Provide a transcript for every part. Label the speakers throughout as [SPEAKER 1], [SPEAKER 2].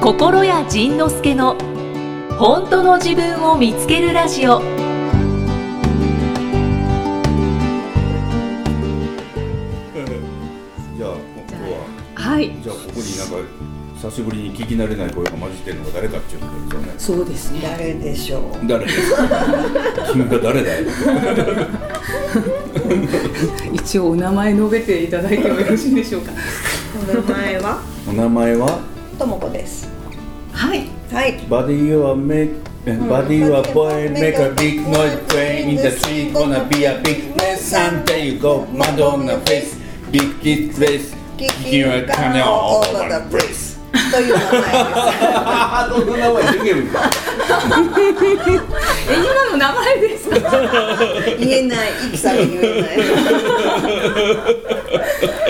[SPEAKER 1] 心谷仁之助の本当の自分を見つけるラジオ
[SPEAKER 2] じゃあ、もう今日は、
[SPEAKER 3] はい
[SPEAKER 2] じゃあ、ここになんか、久しぶりに聞き慣れない声が混じってるのが誰かっていうことです
[SPEAKER 3] そうですね
[SPEAKER 4] 誰でしょう
[SPEAKER 2] よね。誰ですか。君が誰だよ。
[SPEAKER 3] 一応お名前述べていただいてもよろしいでしょうか
[SPEAKER 4] お名前は
[SPEAKER 2] お名前は。
[SPEAKER 4] ともこです
[SPEAKER 3] はい
[SPEAKER 4] はい
[SPEAKER 2] バディはメ。Body or boy, make a big noise, play in the street, gonna be a big mess, and there you go, Madonna face, big kid face, kicking a cannon all over the place.
[SPEAKER 4] という名前で
[SPEAKER 2] ああ、どんな名前できるか。
[SPEAKER 3] え今の名前ですか
[SPEAKER 4] す言えない生きさが言えな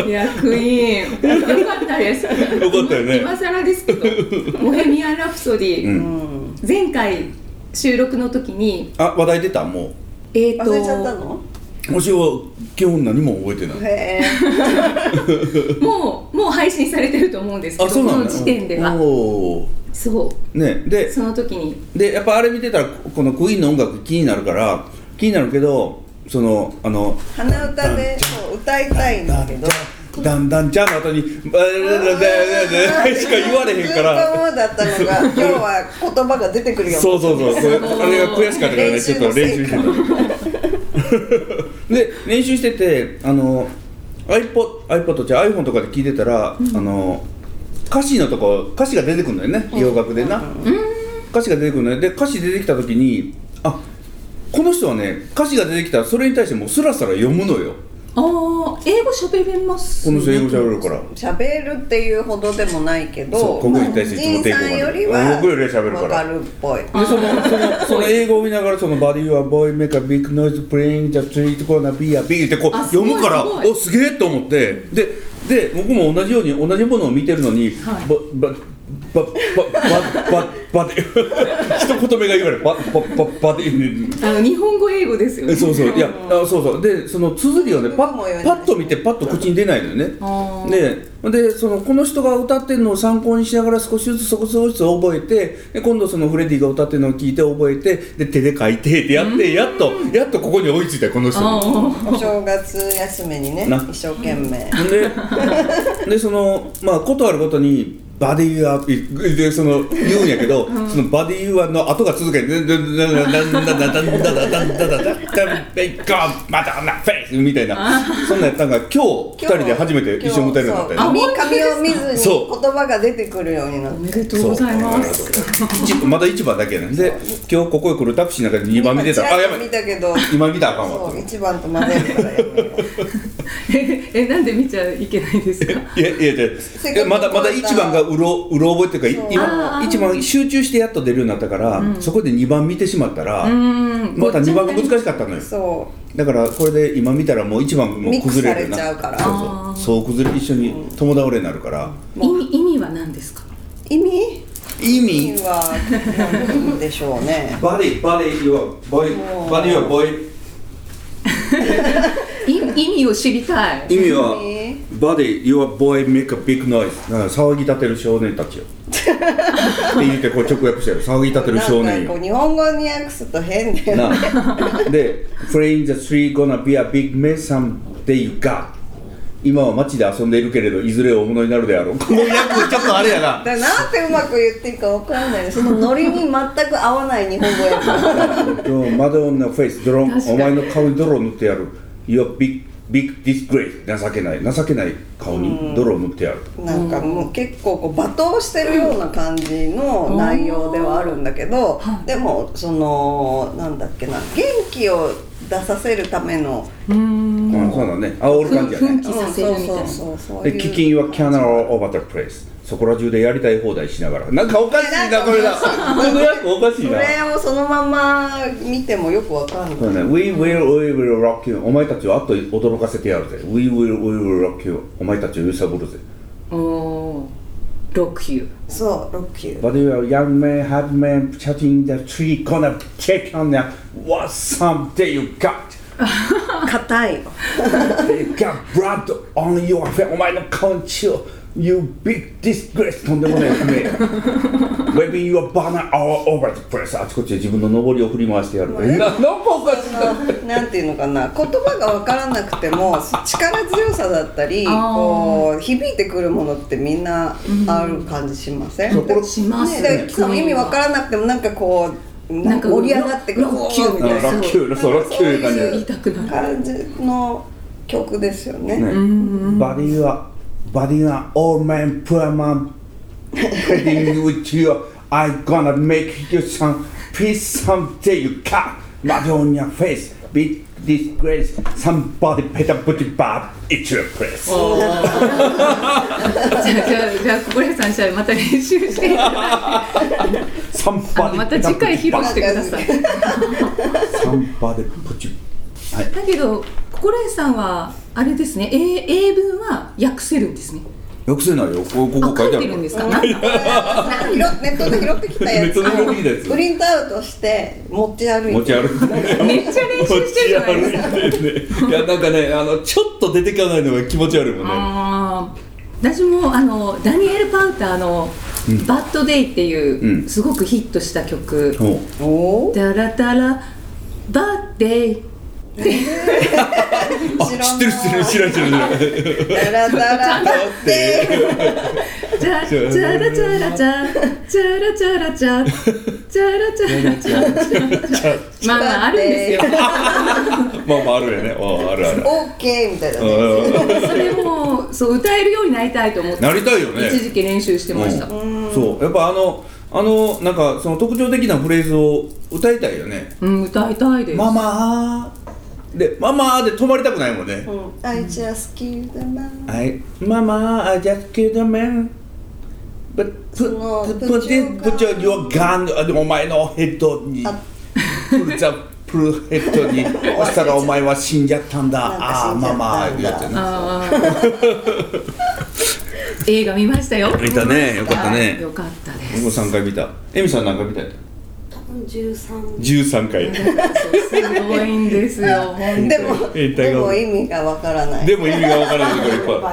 [SPEAKER 4] い
[SPEAKER 3] いやクイーンよかったです
[SPEAKER 2] よかったよね
[SPEAKER 3] 今更ですけど「ボヘミアン・ラプソディ」
[SPEAKER 4] うん
[SPEAKER 3] 前回収録の時に
[SPEAKER 2] あ、話題出た、も
[SPEAKER 3] えっ、
[SPEAKER 4] 忘
[SPEAKER 3] と
[SPEAKER 4] れちゃったの
[SPEAKER 2] う。もしは、基本何も覚えてない。
[SPEAKER 4] へえ
[SPEAKER 3] もうもう配信されてると思うんですけ
[SPEAKER 2] あ、
[SPEAKER 3] ど
[SPEAKER 2] そうなん
[SPEAKER 3] こ
[SPEAKER 2] だ。
[SPEAKER 3] の時点では
[SPEAKER 2] おー
[SPEAKER 3] そ
[SPEAKER 2] ね、
[SPEAKER 3] う
[SPEAKER 2] で、
[SPEAKER 3] その時に
[SPEAKER 2] でやっぱあれ見てたらこのクイーンの音楽気になるから気になるけどそのあの
[SPEAKER 4] 鼻歌でそう歌いたいんだけど
[SPEAKER 2] だんだんじゃんの後にバララララララ しか言われへんか
[SPEAKER 4] ずっと
[SPEAKER 2] ら
[SPEAKER 4] 思うだったのが今日は言葉が出てくるよ
[SPEAKER 2] そうそうそうそれあれが悔しかったからね
[SPEAKER 4] 練
[SPEAKER 2] ち
[SPEAKER 4] 習
[SPEAKER 2] ょっと
[SPEAKER 4] の
[SPEAKER 2] 練習
[SPEAKER 4] 成果
[SPEAKER 2] してた で練習しててあの iPod, iPod じゃ iPhone とかで聞いてたら、あの歌詞のとこ歌詞が出てくるんだよね洋楽でな、歌詞が出てくるのよで歌詞出てきた時にあこの人はね歌詞が出てきたらそれに対してもうスラスラ読むのよ
[SPEAKER 3] ああ英語喋れます
[SPEAKER 2] この人英語喋るからら
[SPEAKER 4] 喋るっていうほどでもないけ
[SPEAKER 2] そう
[SPEAKER 4] ど
[SPEAKER 2] 国語に対していつも抵抗がある
[SPEAKER 4] 仁さんよりは
[SPEAKER 2] 僕よりは喋るから
[SPEAKER 4] わかるっぽい
[SPEAKER 2] でそのそのその英語を見ながらその「バディはボーイメカビッグノイズプレインジャスリートコーナービーアビー」ってこう
[SPEAKER 3] あ
[SPEAKER 2] 読むから
[SPEAKER 3] すごいすごい
[SPEAKER 2] おすげえと思ってでで僕も同じように同じものを見てるのに「
[SPEAKER 3] はい
[SPEAKER 2] ばばばばばばばで一言目が言われる「ばばばばで」
[SPEAKER 3] あの日本語英語ですよね
[SPEAKER 2] えそうそういやあそうそうでその綴りをねパ
[SPEAKER 4] 僕も
[SPEAKER 2] ッ
[SPEAKER 4] 読ん
[SPEAKER 2] パ
[SPEAKER 4] だ
[SPEAKER 2] ッと見てパッと口に出ないのよね
[SPEAKER 3] あー
[SPEAKER 2] ででそのこの人が歌ってるのを参考にしながら少しずつそこ少しずつ覚えてで今度そのフレディが歌ってるのを聞いて覚えてで手で書いてでやってやっとやっとここに追いついたよこの人
[SPEAKER 3] あ
[SPEAKER 2] に。
[SPEAKER 3] ー
[SPEAKER 4] お正月休みにね
[SPEAKER 2] な
[SPEAKER 4] 一生懸命
[SPEAKER 2] ででそのまあことあるごとに「バディーアッでその言うんやけど、その「バディーア」の後が続けて「ダンダンダンダンダンダンダンダンダンダンダンダンダンまたなフェイス」みたいなそんなんやったんが今日二人で初めて一緒に歌えるようになった
[SPEAKER 4] そ
[SPEAKER 2] よ
[SPEAKER 4] う
[SPEAKER 2] ね
[SPEAKER 4] 髪髪を見ずに
[SPEAKER 2] そう
[SPEAKER 4] 言葉が出てくるようになっ
[SPEAKER 3] お
[SPEAKER 4] て
[SPEAKER 3] めでとうございます
[SPEAKER 2] 一番まだ一番だけやねんで今日ここへ来るタクシーの中で2番見てた
[SPEAKER 4] 今
[SPEAKER 2] あや
[SPEAKER 4] ちらっと
[SPEAKER 2] ば
[SPEAKER 4] 見
[SPEAKER 2] い
[SPEAKER 4] たけど
[SPEAKER 2] 今見たらあかんわ
[SPEAKER 4] そう一番と混ぜるからやめよう
[SPEAKER 3] ええなんで見ちゃいけないんですか
[SPEAKER 2] いやいやいや
[SPEAKER 4] せっか
[SPEAKER 2] え
[SPEAKER 4] く
[SPEAKER 2] まだまだ一番がうろうろ覚えっていうかい
[SPEAKER 3] あ
[SPEAKER 2] 今
[SPEAKER 3] ー
[SPEAKER 2] 一番集中してやっと出るようになったから、そこで2番見てしまったら、
[SPEAKER 3] ん
[SPEAKER 2] また2番が難
[SPEAKER 3] い
[SPEAKER 2] しかったのよ
[SPEAKER 4] そ
[SPEAKER 2] だからこれで今見たらもう1番もう崩れるな
[SPEAKER 4] ミックスされちゃうから
[SPEAKER 2] そうそうそう崩れ一緒に友倒れになるから、
[SPEAKER 3] 意味意味は何ですか
[SPEAKER 4] う意味
[SPEAKER 2] 意
[SPEAKER 4] 意
[SPEAKER 2] 味
[SPEAKER 4] 味は何でしょうね
[SPEAKER 2] バディバディはボイ
[SPEAKER 4] もう
[SPEAKER 2] バディはボイ
[SPEAKER 3] い意味を知りたい
[SPEAKER 2] 意味は
[SPEAKER 4] え
[SPEAKER 2] バディ Your boy make a big noise だから騒ぎ立てる少年た ちよって言ってこう直訳してる騒ぎ立てる少
[SPEAKER 4] な
[SPEAKER 2] 年
[SPEAKER 4] ん
[SPEAKER 2] よ
[SPEAKER 4] かこう日本語に訳すと変だよね
[SPEAKER 2] なあで「Playing the street gonna be a big mess someday you got」今は街で遊んでいるけれどいずれ大物になるであろうこの訳ちょっとあれやな
[SPEAKER 4] だからなんてうまく言っていいかわからないそのノリに全く合わない日本語やから
[SPEAKER 2] マドンナフェイス泥お
[SPEAKER 3] 確かに
[SPEAKER 2] 前の顔に泥を塗ってやる Your big big disgrace 情けない情けない顔に泥を塗ってやる
[SPEAKER 4] なんかもう結構こう罵倒してるような感じの内容ではあるんだけどでもそのなんだっけな元気を出させるための
[SPEAKER 3] うん
[SPEAKER 2] うんそうだね煽る感じやね
[SPEAKER 3] 奮起させるみたいな
[SPEAKER 4] うんそうそうそうそう
[SPEAKER 2] で、
[SPEAKER 4] いう
[SPEAKER 2] 基金はキャナルオーバープレイス。そこら中でやりたい放題しながら。なんかおかしいな、これだ。この役おかしい
[SPEAKER 4] そ
[SPEAKER 2] な。
[SPEAKER 4] れをそのまま見てもよくわかん
[SPEAKER 2] そ
[SPEAKER 4] な
[SPEAKER 2] う
[SPEAKER 4] い
[SPEAKER 2] ね、We will, we will rock you. お前たちをあっと驚かせてやるぜ。We will, we will rock you. お前たちを揺さぶるぜ。
[SPEAKER 3] おーロックユー
[SPEAKER 4] そうロッキー
[SPEAKER 2] But you are young man, hard man, chatting the tree, gonna check on the what someday you got.
[SPEAKER 4] 硬いよ
[SPEAKER 2] You got blood on your face. お前の顔に血を You big disgrace とんでもない不明 Waving your banner all over the place あちこちで自分の上りを振り回してやるえななんかおかしいな
[SPEAKER 4] なんていうのかな言葉が分からなくても力強さだったり
[SPEAKER 5] あー
[SPEAKER 4] こう響いてくるものってみんなある感じしません、
[SPEAKER 2] そうこれ
[SPEAKER 5] します
[SPEAKER 4] ね、でその意味分からなくてもなんかこう
[SPEAKER 5] な
[SPEAKER 4] なんん
[SPEAKER 5] か
[SPEAKER 4] か盛り上がってくる
[SPEAKER 5] ロッキューみたいな
[SPEAKER 2] ロッキューそうロッキューな感じ
[SPEAKER 5] そういう言いたくなる
[SPEAKER 4] 感じの曲ですよね
[SPEAKER 2] ねバディはバディは all man poor man fighting with you I gonna make you some peace someday you can mud on your face big disgrace somebody better put it back it's your place
[SPEAKER 5] じゃあじゃあじゃあ小倉さんじゃあまた練習して いただいてあの
[SPEAKER 2] somebody
[SPEAKER 5] また次回披
[SPEAKER 2] better
[SPEAKER 5] 露してください
[SPEAKER 2] 3でプチはい
[SPEAKER 5] だけど心得さんはあれですね英英文は訳せるんですね
[SPEAKER 2] よくせないよこここ
[SPEAKER 5] あ
[SPEAKER 2] こ書
[SPEAKER 5] 書
[SPEAKER 2] いて
[SPEAKER 5] いて
[SPEAKER 2] ある
[SPEAKER 5] るんです
[SPEAKER 4] な
[SPEAKER 5] かな
[SPEAKER 4] んか拾っネットで拾ってきたやつを
[SPEAKER 2] ネットで拾ってきたやつ
[SPEAKER 4] プリントアウトして持ち歩いて
[SPEAKER 2] 持ち歩いて
[SPEAKER 5] めっちゃ練習してるじゃないですか
[SPEAKER 2] すかいやなんかねあのちょっと出てかないのが気持ち悪いもんね
[SPEAKER 5] あー私もあのダニエル・パウターの「バッド・デイ」っていう、
[SPEAKER 2] うん
[SPEAKER 5] すごくヒットした曲
[SPEAKER 2] おう
[SPEAKER 5] 「
[SPEAKER 4] お
[SPEAKER 5] タ
[SPEAKER 4] ー
[SPEAKER 5] ラタラバッデイ」
[SPEAKER 2] あ知ってる知ってる知らん知らん知らん
[SPEAKER 4] ダラダラバッテ
[SPEAKER 5] チャチャラチャラチャチャラチャラチャチャラチャラチャまあまああるんですよ
[SPEAKER 2] まあまああるよね。ああるある。
[SPEAKER 4] オーケーみたいなね
[SPEAKER 2] うん
[SPEAKER 5] それもそう歌えるようになりたいと思って
[SPEAKER 2] なりたいよね。
[SPEAKER 5] 一時期練習してました、
[SPEAKER 2] うんそう。やっぱあのあのなんかその特徴的なフレーズを歌いたいよね。
[SPEAKER 5] うん、歌いたいです、
[SPEAKER 2] ママーでママーで止まりたくないもんね。
[SPEAKER 4] うん I just killed a man
[SPEAKER 2] はい。ママー I just killed a man。But
[SPEAKER 4] そ
[SPEAKER 2] put
[SPEAKER 4] の
[SPEAKER 2] put it put your your gun あのお前のヘッドに
[SPEAKER 4] あ
[SPEAKER 2] put the put ヘッド にそしたらお前は死んじゃったんだ。
[SPEAKER 4] なんか
[SPEAKER 2] ああ
[SPEAKER 4] 死んじゃ
[SPEAKER 2] マ
[SPEAKER 4] った
[SPEAKER 2] マ
[SPEAKER 4] んだ
[SPEAKER 2] ーってやつやね。
[SPEAKER 5] あ ー映画見ましたよ
[SPEAKER 2] 見たねよかったね
[SPEAKER 5] よかったで
[SPEAKER 2] 僕も
[SPEAKER 5] す
[SPEAKER 2] 三回見た。エミさん何回見たやった？
[SPEAKER 4] 13
[SPEAKER 2] 十三回。
[SPEAKER 5] すごいんですよ本
[SPEAKER 4] でも
[SPEAKER 2] えー
[SPEAKER 4] でも意味がわからない
[SPEAKER 2] でも意味がわからないところいっぱ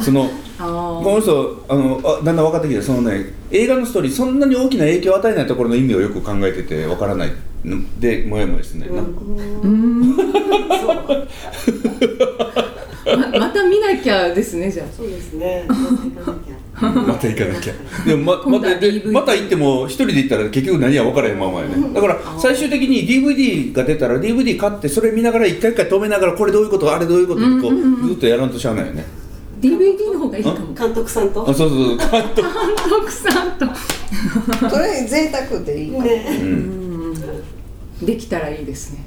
[SPEAKER 2] い。その
[SPEAKER 5] 当
[SPEAKER 2] こ
[SPEAKER 5] あー
[SPEAKER 2] の人あのあだんだん分かってきてそのね映画のストーリーそんなに大きな影響を与えないところの意味をよく考えててわからないのでモヤモヤしてね。なんか
[SPEAKER 5] ままた見なきゃですねじゃあ
[SPEAKER 6] そうですね。
[SPEAKER 2] また行かなきゃ。でも まま
[SPEAKER 5] 今度は
[SPEAKER 2] たで
[SPEAKER 5] DVD
[SPEAKER 2] また行っても一人で行ったら結局何や分からへんままやね。だから最終的に DVD が出たら DVD 買ってそれ見ながら一回一回止めながらこれどういうことあれどういうことってこうずっとやらんとしゃあないよね。
[SPEAKER 5] DVD の方がいいかも
[SPEAKER 6] 監督さん
[SPEAKER 2] あ
[SPEAKER 6] と。
[SPEAKER 2] そうそうそう。
[SPEAKER 5] 監督さんと
[SPEAKER 4] それ贅沢でいいかも
[SPEAKER 6] ね。
[SPEAKER 2] うん
[SPEAKER 5] できたらいいですね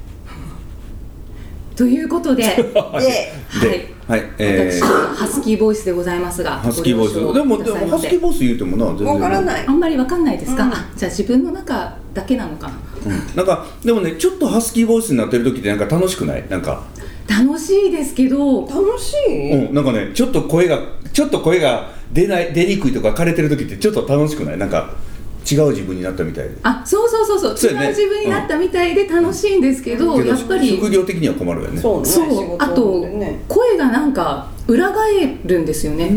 [SPEAKER 5] ということでは
[SPEAKER 4] で
[SPEAKER 5] い
[SPEAKER 2] で、はい、え
[SPEAKER 5] 私
[SPEAKER 2] ー、
[SPEAKER 5] ハスキーボイスでございますが
[SPEAKER 2] ハスキーボイス。で
[SPEAKER 5] ご
[SPEAKER 2] も、
[SPEAKER 5] 了
[SPEAKER 2] で
[SPEAKER 5] 承
[SPEAKER 2] も
[SPEAKER 5] ください
[SPEAKER 2] ハ
[SPEAKER 5] ま
[SPEAKER 2] ス
[SPEAKER 5] せ
[SPEAKER 2] キーボイス言うてもな、全然
[SPEAKER 4] わからない
[SPEAKER 5] あんまりわかんないですか、
[SPEAKER 4] うん
[SPEAKER 5] あじゃあ自分の中だけなのかな
[SPEAKER 2] うんなんかでもねちょっとハスキーボイスになってる時ってなんか楽しくないなんか、
[SPEAKER 5] 楽しいですけど
[SPEAKER 4] 楽しい、
[SPEAKER 2] うん、なんかねちょっと声がちょっと声が出ない出にくいとか枯れてる時ってちょっと楽しくないなんか違う自分になったみたいで
[SPEAKER 5] あそうそうそう
[SPEAKER 2] そ
[SPEAKER 5] そうう
[SPEAKER 2] やね
[SPEAKER 5] 違う自分になったみたいで楽しいんですけど、
[SPEAKER 2] けど
[SPEAKER 5] やっぱり
[SPEAKER 2] 職業的には困るよね
[SPEAKER 4] そうね
[SPEAKER 5] そうあと、声がなんか裏返るんですよね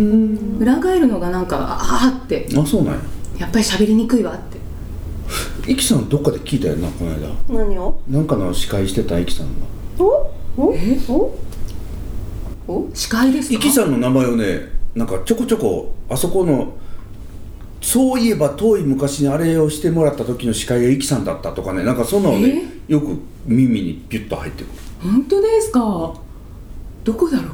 [SPEAKER 5] 裏返るのがなんかああって
[SPEAKER 2] あそうなんや
[SPEAKER 5] やっぱり喋りにくいわって
[SPEAKER 2] イキさんどっかで聞いたよなこの間
[SPEAKER 4] 何を
[SPEAKER 2] なんかの司会してたイキさんが
[SPEAKER 4] おおおお
[SPEAKER 5] 司会ですか
[SPEAKER 2] イキさんの名前をねなんかちょこちょこあそこのそういえば遠い昔にあれをしてもらった時の司会がイキさんだったとかねなんかそんなのねよく耳にピュッと入ってくる
[SPEAKER 5] 本当ですかどこだろう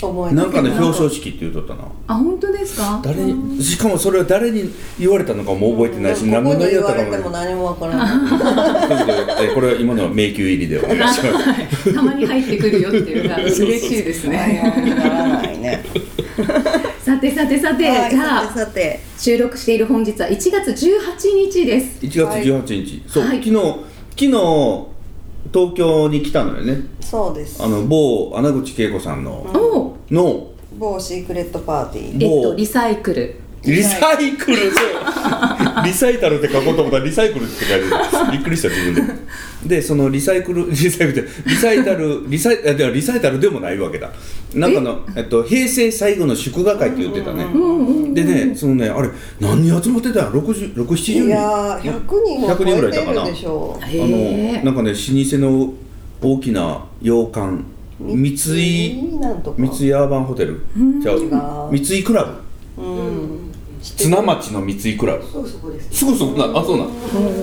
[SPEAKER 4] 覚えて
[SPEAKER 2] なんかね表彰式って言うとったな
[SPEAKER 5] あ本当ですか
[SPEAKER 2] 誰にしかもそれは誰に言われたのかも覚えてないし
[SPEAKER 4] でもここ
[SPEAKER 2] の
[SPEAKER 4] に
[SPEAKER 2] 言
[SPEAKER 4] 言
[SPEAKER 2] い
[SPEAKER 4] わ
[SPEAKER 2] 方
[SPEAKER 4] れても
[SPEAKER 2] も
[SPEAKER 4] 何もわからない
[SPEAKER 2] ない えこれは今のは迷宮入りでお願い します
[SPEAKER 5] たまに入ってくるよっていう か嬉しいですね
[SPEAKER 4] 何もわからないね
[SPEAKER 5] さてさてさて、
[SPEAKER 4] はい
[SPEAKER 5] じゃあ
[SPEAKER 4] さてさて
[SPEAKER 5] 収録している本日は1月18日です
[SPEAKER 2] 1月18日、そう、
[SPEAKER 5] はい
[SPEAKER 2] 昨日昨日東京に来たのよね
[SPEAKER 4] そうです
[SPEAKER 2] あの某穴口恵子さんの、
[SPEAKER 5] お
[SPEAKER 2] の
[SPEAKER 4] 某シークレットパーティー
[SPEAKER 5] えっ
[SPEAKER 2] も
[SPEAKER 5] と
[SPEAKER 2] う
[SPEAKER 5] リサイクル
[SPEAKER 2] リサイクルでリサイタルって書こうと思ったらリサイクルって書いてあるびっくりした自分ででそのリサイクルリ サイクルってリサイタルリサイあではリサイタルでもないわけだ中のえっと、平成最後の祝賀会って言ってたね、でねそのねあれ何人集まってたん6 7 0人
[SPEAKER 4] いやー100人は超えてるでしょう
[SPEAKER 2] あのなんかね老舗の大きな洋館三井
[SPEAKER 4] なんとか
[SPEAKER 2] 三井アーバンホテルじゃあ
[SPEAKER 4] 違う
[SPEAKER 2] 三井クラブ
[SPEAKER 4] うん
[SPEAKER 2] 綱町の三井クラブ
[SPEAKER 6] そうそこです。
[SPEAKER 2] すぐそこなあそうなん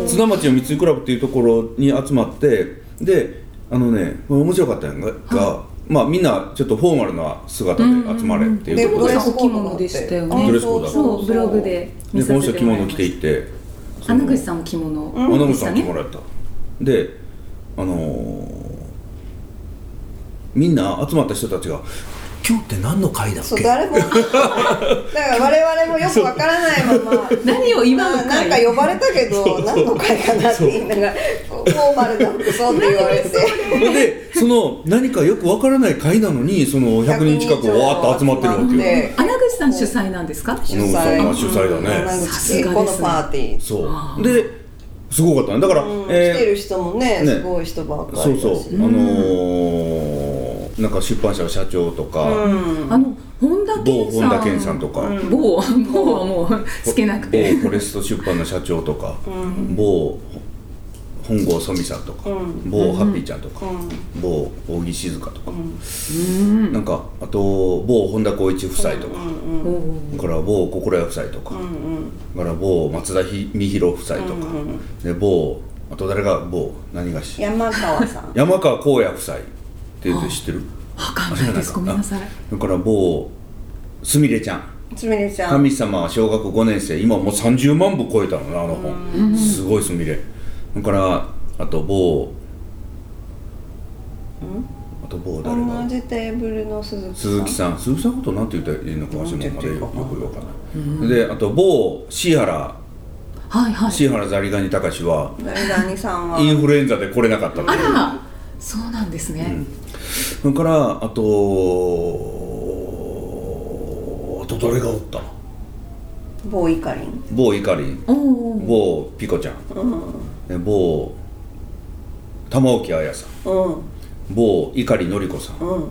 [SPEAKER 2] 綱町の三井クラブっていうところに集まってであのね面白かったのが、がまあみんなちょっとフォーマルな姿で集まれっていうことで,、
[SPEAKER 4] で
[SPEAKER 5] お着物でしたよ
[SPEAKER 2] ド
[SPEAKER 5] ね
[SPEAKER 2] レスコードだ
[SPEAKER 5] そうブログで見
[SPEAKER 2] でこ
[SPEAKER 5] さ
[SPEAKER 2] の
[SPEAKER 5] せ
[SPEAKER 2] 人
[SPEAKER 5] て
[SPEAKER 2] 着
[SPEAKER 5] もらい
[SPEAKER 2] 物
[SPEAKER 5] ま
[SPEAKER 2] 着
[SPEAKER 5] して
[SPEAKER 2] いて
[SPEAKER 5] た穴口さんも着物で
[SPEAKER 2] 穴口
[SPEAKER 5] し
[SPEAKER 2] さ
[SPEAKER 5] た
[SPEAKER 2] ん来て
[SPEAKER 5] ね
[SPEAKER 2] もらったであのーみんな集まった人たちが「今日って何の会だっ
[SPEAKER 4] そう
[SPEAKER 2] け?」
[SPEAKER 4] 誰もだから我々もよくわからないまま
[SPEAKER 5] 何を今
[SPEAKER 4] ま
[SPEAKER 5] の
[SPEAKER 4] あなんか
[SPEAKER 5] 会
[SPEAKER 4] 呼ばれたけど何の会かなって言いながらこうフォーマルな服装って言われて
[SPEAKER 2] でその何かよくわからない会なのにその100人近くわーっと集まってるわけよ。
[SPEAKER 5] 穴口さん主催なんですか
[SPEAKER 2] 主催が主催だね
[SPEAKER 4] 山口恵子のパーティー
[SPEAKER 2] そうですごかったねだから、
[SPEAKER 4] うん
[SPEAKER 2] えー
[SPEAKER 4] 来てる人もね
[SPEAKER 2] ね
[SPEAKER 4] すごい人ばっか
[SPEAKER 2] そう
[SPEAKER 4] りだし
[SPEAKER 2] そう、あのーなんか出版社の社長とか、
[SPEAKER 5] あの本田
[SPEAKER 2] 某
[SPEAKER 5] 健さん
[SPEAKER 2] 本田健さんとか、
[SPEAKER 5] 某某はもうつけなくて
[SPEAKER 2] 某フォレスト出版の社長とか、某本郷ソミさんとか、某ハッピーちゃんとか、某大木静香とか、なんかあと某本田光一夫妻とか、
[SPEAKER 5] お
[SPEAKER 2] だから某心屋夫妻とか、だから某松田ひ美弘夫妻とか、で某あと誰が某何がし
[SPEAKER 4] 山川さん
[SPEAKER 2] 山川光也夫妻って言って知ってる
[SPEAKER 5] わかんないですごめんなさい
[SPEAKER 2] だから某すみれちゃん
[SPEAKER 4] つみれちゃん
[SPEAKER 2] 神様は小学5年生今もう30万部超えたのなあの本すごいすみれだからあと某あと某誰
[SPEAKER 4] 同
[SPEAKER 2] が
[SPEAKER 4] じテーブルの鈴木さ
[SPEAKER 2] 鈴木さん
[SPEAKER 4] ん
[SPEAKER 2] 鈴木さんのことなんて言ったらいいのか私もまだよよくわかんないであと某シ原
[SPEAKER 5] はいはい
[SPEAKER 2] シ原ザリガニ高志は
[SPEAKER 4] 何さんは
[SPEAKER 2] インフルエンザで来れなかったって
[SPEAKER 5] あ
[SPEAKER 2] いう
[SPEAKER 5] らそうなんですね
[SPEAKER 2] それからあとあとどれがおった
[SPEAKER 4] ボーイカリン
[SPEAKER 2] 某イカリン
[SPEAKER 5] おお
[SPEAKER 2] 某ピコちゃん、え某玉置彩さん
[SPEAKER 4] うん
[SPEAKER 2] 某碇のり子さん
[SPEAKER 4] うん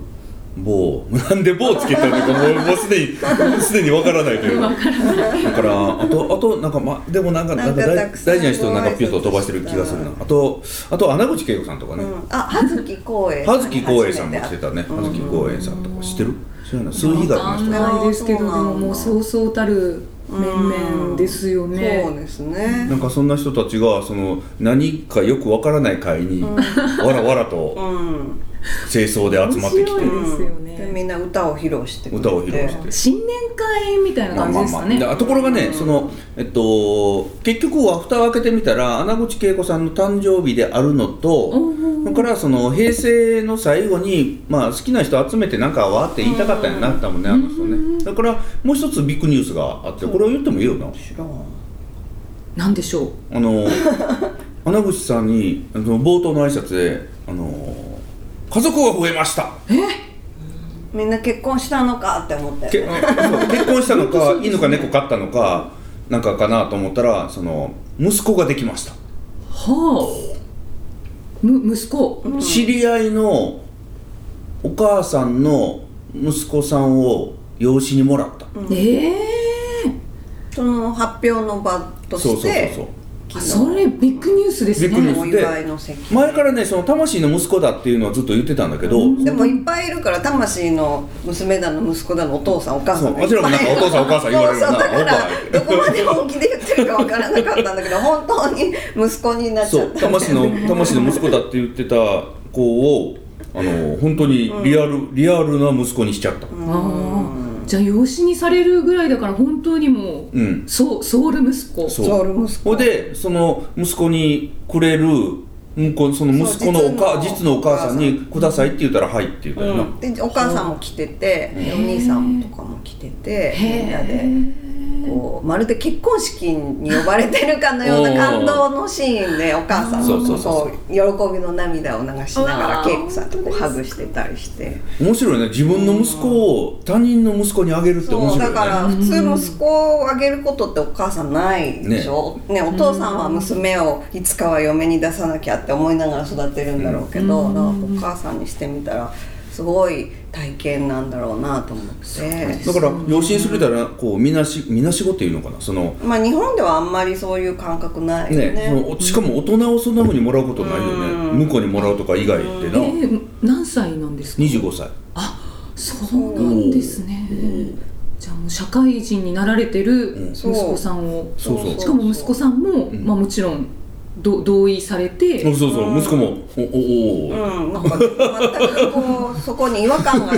[SPEAKER 2] 某なんで某つけてるのかもうもうすでにすでにわからないというだからあとあとなんかまでもなんかなんか
[SPEAKER 4] なんか
[SPEAKER 2] 大
[SPEAKER 4] たくさん
[SPEAKER 2] 大事な人をなんかピュッと飛ばしてる気がするなあとあと穴口恵子さんとかね、
[SPEAKER 4] うんあ葉月光栄
[SPEAKER 2] 葉月光栄さんも来て
[SPEAKER 4] 初
[SPEAKER 2] たね葉月光栄さんとか知ってる知らない数日学の人
[SPEAKER 4] わかん
[SPEAKER 5] ないですけどで
[SPEAKER 4] そうなんだ
[SPEAKER 5] ももうそうそうたる面々ですよ
[SPEAKER 4] めて
[SPEAKER 5] ね
[SPEAKER 4] そうですね
[SPEAKER 2] なんかそんな人たちがその何かよくわからない会にわらわら
[SPEAKER 4] う
[SPEAKER 2] と
[SPEAKER 4] ん
[SPEAKER 2] 清掃で集まってきて
[SPEAKER 5] 面白いですよ
[SPEAKER 4] で
[SPEAKER 5] ね
[SPEAKER 4] みんな歌を披露してくれて
[SPEAKER 2] 歌を披露して
[SPEAKER 5] 新年会みたいな
[SPEAKER 2] ま
[SPEAKER 5] 感
[SPEAKER 2] あ
[SPEAKER 5] じ
[SPEAKER 2] まあ
[SPEAKER 5] です
[SPEAKER 2] ま
[SPEAKER 5] か
[SPEAKER 2] あ、
[SPEAKER 5] ね
[SPEAKER 2] だところがね、そのえっと、結局、蓋を開けてみたら、穴口恵子さんの誕生日であるのと、それからその平成の最後に、まあ、好きな人集めて、なんかわーって言いたかったんやなったもんね、あの人ね。だから、もう一つビッグニュースがあって、これを言ってもいいよな。
[SPEAKER 4] 知らん
[SPEAKER 5] なんでしょう
[SPEAKER 2] あの 穴口さんにあの冒頭の挨拶であの家族が増えました
[SPEAKER 4] みんな結婚したのかって思って
[SPEAKER 2] け そう結婚したのか犬か猫飼ったのかなんかかなと思ったらその息子ができました
[SPEAKER 5] はあむ息子
[SPEAKER 2] 知り合いのお母さんの息子さんを養子にもらった、
[SPEAKER 5] ええ
[SPEAKER 4] その発表の場と
[SPEAKER 2] そうそうそ
[SPEAKER 4] し
[SPEAKER 2] う
[SPEAKER 4] て
[SPEAKER 2] そう
[SPEAKER 5] あそれビッグニュースです
[SPEAKER 2] ビッグニュー
[SPEAKER 5] ね
[SPEAKER 2] ス
[SPEAKER 4] お祝いの席
[SPEAKER 2] 前からねその魂の息子だっていうのはずっと言ってたんだけど、
[SPEAKER 4] でもいっぱいいるから魂の娘だの息子だのお父さんお母さんがいっぱい
[SPEAKER 2] そうあちらもなんかお父さんお母さん言われるな
[SPEAKER 4] そうそうだか
[SPEAKER 2] おっ
[SPEAKER 4] らどこまで本気で言ってるかわからなかったんだけど本当に息子になっち
[SPEAKER 2] そ
[SPEAKER 4] ゃ
[SPEAKER 2] う
[SPEAKER 4] ったんだ
[SPEAKER 2] 魂
[SPEAKER 4] よね
[SPEAKER 2] の魂の息子だって言ってた子をあの本当にリアル、リアルな息子にしちゃった、
[SPEAKER 5] ああじゃあ養子にされるぐらいだから本当にもう、
[SPEAKER 2] うん
[SPEAKER 5] そうソウル息子
[SPEAKER 2] そう
[SPEAKER 4] ソウル息
[SPEAKER 2] ほ
[SPEAKER 4] 子
[SPEAKER 2] いでその息子にくれる向こうその息子のおか
[SPEAKER 4] そう
[SPEAKER 2] 実のお母さんに「ください」って言ったら「はい」って言ったよな、
[SPEAKER 4] うんでお母さんも来ててお兄さんとかも来ててみんなで
[SPEAKER 5] へえ
[SPEAKER 4] こうまるで結婚式に呼ばれてるかのような感動のシーンでお母さん
[SPEAKER 2] そう
[SPEAKER 4] も
[SPEAKER 2] そうそうそう
[SPEAKER 4] こう喜びの涙を流しなが
[SPEAKER 5] あ
[SPEAKER 4] ら
[SPEAKER 5] ー
[SPEAKER 4] 恵子さんとこうハグしてたりして
[SPEAKER 2] 面白いね自分の息子を他人の息子にあげるって面
[SPEAKER 4] そう
[SPEAKER 2] 白い
[SPEAKER 4] だ
[SPEAKER 2] ね
[SPEAKER 4] から普通息子をあげることってお母さんないでしょ、ねお父さんは娘をいつかは嫁に出さなきゃって思いながら育てるんだろうけど、なんかお母さんにしてみたらすごい体験なんだろうなと思って。
[SPEAKER 2] だから養子にするならこうみなしみなしごっていうのかなその
[SPEAKER 4] まあ日本ではあんまりそういう感覚ないよね
[SPEAKER 2] ねそのおしかも大人をそんなふうにもらうことないよね
[SPEAKER 4] うん
[SPEAKER 2] 向こうにもらうとか以外で
[SPEAKER 5] え
[SPEAKER 2] な
[SPEAKER 5] ー何歳なんですか
[SPEAKER 2] 25歳
[SPEAKER 5] そうなんですねじゃあもう社会人になられて
[SPEAKER 2] う
[SPEAKER 5] る
[SPEAKER 2] ん
[SPEAKER 5] 息子さんを
[SPEAKER 2] そうそう
[SPEAKER 5] しかも息子さんも、
[SPEAKER 2] ん
[SPEAKER 5] まあ、もちろんど同意されて
[SPEAKER 2] そうそうそう息子もおおおお
[SPEAKER 4] うんなんか全くこうそこに違和感が